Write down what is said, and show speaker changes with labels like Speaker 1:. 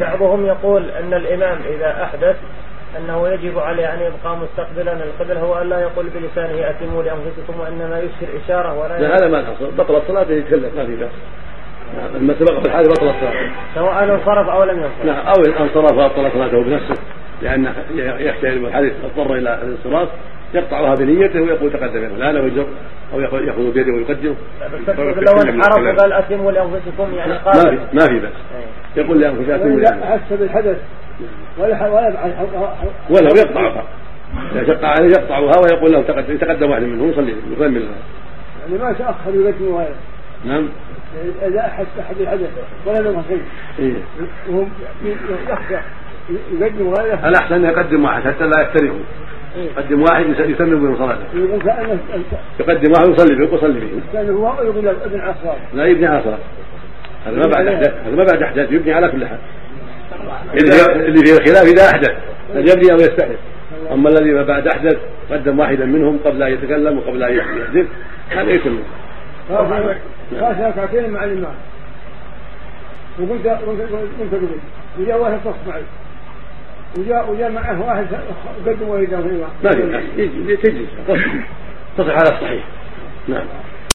Speaker 1: بعضهم يقول أن الإمام إذا أحدث أنه يجب عليه أن يبقى مستقبلا القبلة هو أن لا يقول بلسانه أتموا لأنفسكم وإنما يشير إشارة ولا
Speaker 2: لا هذا ما الحصل بطل الصلاة يتكلم ما في بأس نعم، لما سبق في الحادث بطل الصلاة
Speaker 1: سواء انصرف أو لم ينصرف
Speaker 2: نعم أو انصرف وأبطل صلاته بنفسه لأن يحتمل الحديث اضطر إلى الانصراف يقطعها بنيته ويقول تقدم يا فلان ويجر أو يقول- يأخذ بيده ويقدمه
Speaker 1: بس أقصد لو انحرف قال أتموا لأنفسكم يعني
Speaker 2: ما
Speaker 1: قال
Speaker 2: في ما في بأس
Speaker 1: أي.
Speaker 2: يقول لأنفسكم
Speaker 3: وإذا
Speaker 2: ولا
Speaker 3: أحس بالحدث ولا ح- ولا يفعل-
Speaker 2: ولو يقطعها إذا شق عليه يقطعها ويقول له تقدم يتقدم واحد منهم يصلي يكمل لها.
Speaker 3: يعني ما تأخر يقدم وهذا
Speaker 2: نعم
Speaker 3: إذا أحس أحد بالحدث ولا لم يصل
Speaker 2: إيه
Speaker 3: وهم يخشى يقدم هذا
Speaker 2: الأحسن أن يقدم واحد حتى لا يفترقوا يقدم واحد يس- يتمم بهم صلاته
Speaker 3: يقول كأنه
Speaker 2: يقدم واحد ويصلي به يصلي به
Speaker 3: كان هو يقول ابن عصام
Speaker 2: لا يبني على صلاة هذا ما بعد أحداث هذا ما بعد أحداث يبني على كل حال اللي في- اللي فيه الخلاف إذا أحدث هل يبني أو يستحدث أما الذي ما بعد أحدث قدم واحدا منهم قبل أن يتكلم وقبل أن يحدث هذا يتم
Speaker 3: خاف خاف ركعتين مع الإمام وقلت قلت قبل وجاء واحد صف معي وجاء وجاء معه واحد قدم واحد
Speaker 2: ما في بأس يجي- تجلس تصح على الصحيح نعم